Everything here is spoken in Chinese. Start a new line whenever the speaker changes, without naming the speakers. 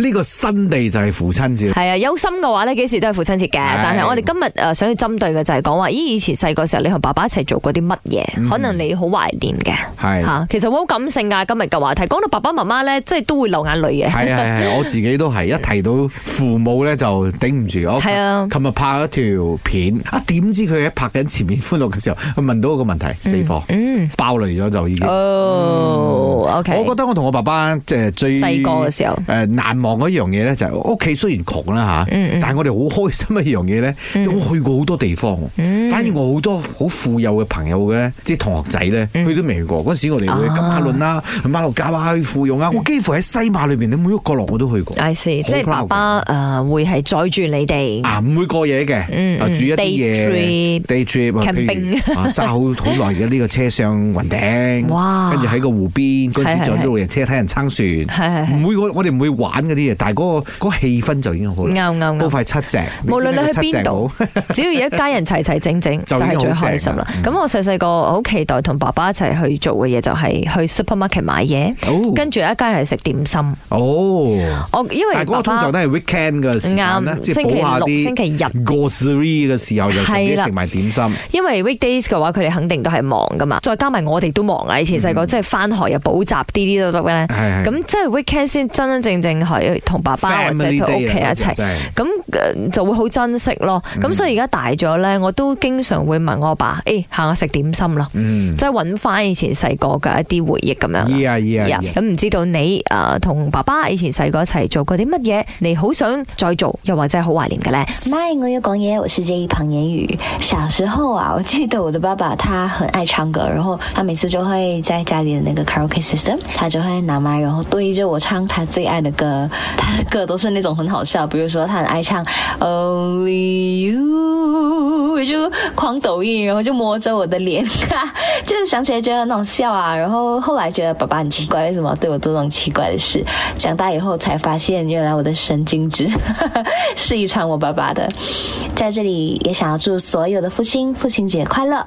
呢個新地就係父親節，
系啊，有心嘅話咧，幾時都係父親節嘅。
係
但係我哋今日诶想去針對嘅就係講話，咦，以前細個時候你同爸爸一齊做過啲乜嘢？可能你好懷念嘅
嗯係
吓。其實好感性噶，今日嘅話題講到爸爸媽媽咧，即係都會流眼淚 嘅。
係啊係啊，我自己都係一提到父母咧就頂唔住。我哦
係啊
琴日拍一條片，啊點知佢喺拍緊前面歡樂嘅時候，佢問到一個問題，死火
嗯，
爆雷咗就已經。
哦，OK，
嗯我覺得我同我爸爸即係最
細個嘅時候，
誒難呃忘嗰一樣嘢咧，就係屋企雖然窮啦嚇，
嗯嗯
但係我哋好開心一樣嘢咧，我去過好多地方，
嗯
反而我好多好富有嘅朋友嘅呢即係同學仔咧，
嗯
佢都未去過。嗰陣時我哋
啊
會去金馬倫啦、去馬六甲啊、去富勇
嗯
啊，我幾乎喺西馬裏邊咧每一個角落我都去過。
I see，
好
即係爸爸诶會係載住你哋。
啊，唔會過夜嘅，
嗯
啊
嗯
煮一啲
day
嘢 day trip 啊，譬
camping
如啊揸好好耐嘅呢個車上雲頂，嗯
哇
跟住喺個湖邊嗰陣時
係係
坐
係
咗路人車睇人撐船。
係係係
唔會，我我哋唔會玩嗰啲嘢，但係嗰、個嗰、個氣氛就已經好啦。
啱啱
高
啱。
快七隻，
無論你
知唔
去
知呢
邊
個
度
七隻，
只要有一家人齊齊整整，
就
就
已經
係
好嗯
最開心啦。咁我細細個好期待同爸爸一齊去做嘅嘢，就係去 supermarket 買嘢。
好
跟住有一家人係食點心，
哦，
我因為
但係嗰
爸
個通
爸
常都係 weekend 嘅時間啦，
啱
即係
星期
補下
六、星
啲嗯
期日，
grocery 嘅時候就順
係
便
啦
食埋點心。
因為 weekdays 嘅話，佢哋肯定都係忙噶嘛，再加埋我哋都忙啊！以前
嗯
細個即係翻學又補習啲啲都得咧，
係係
咁即係 weekend 先真真正正係同爸爸或者
Family
同
day
屋企一
啊嗰時候
齊。嗯
真係嗯
咁呃就會好珍惜咯，咁所以而家大咗呢，我都經常會問我爸：，誒、行下食點心啦，
嗯，
即係揾翻以前細個嘅一啲回憶咁樣啦。
依啊依啊
呀
依啊
咁唔知道你誒同、爸爸以前細個一齊做過啲乜嘢，你好想再做，又或者係好懷念嘅呢？
麦，我有讲嘢，我是 J 一庞言宇。小时候啊，我记得我的爸爸他很爱唱歌，然后他每次就会在家里的那个 karaoke system，他就会拿麦，然后对着我唱他最爱的歌。他的歌都是那种很好笑，比如说他很爱唱 Only You，我就狂抖音，然后就摸着我的脸， 就是想起来觉得很好笑啊。然后后来觉得爸爸很奇怪，为什么对我做这种奇怪的事？长大以后才发现，原来我的神经质 是遗传我爸爸的。在这里也想要祝所有的父亲父亲节快乐。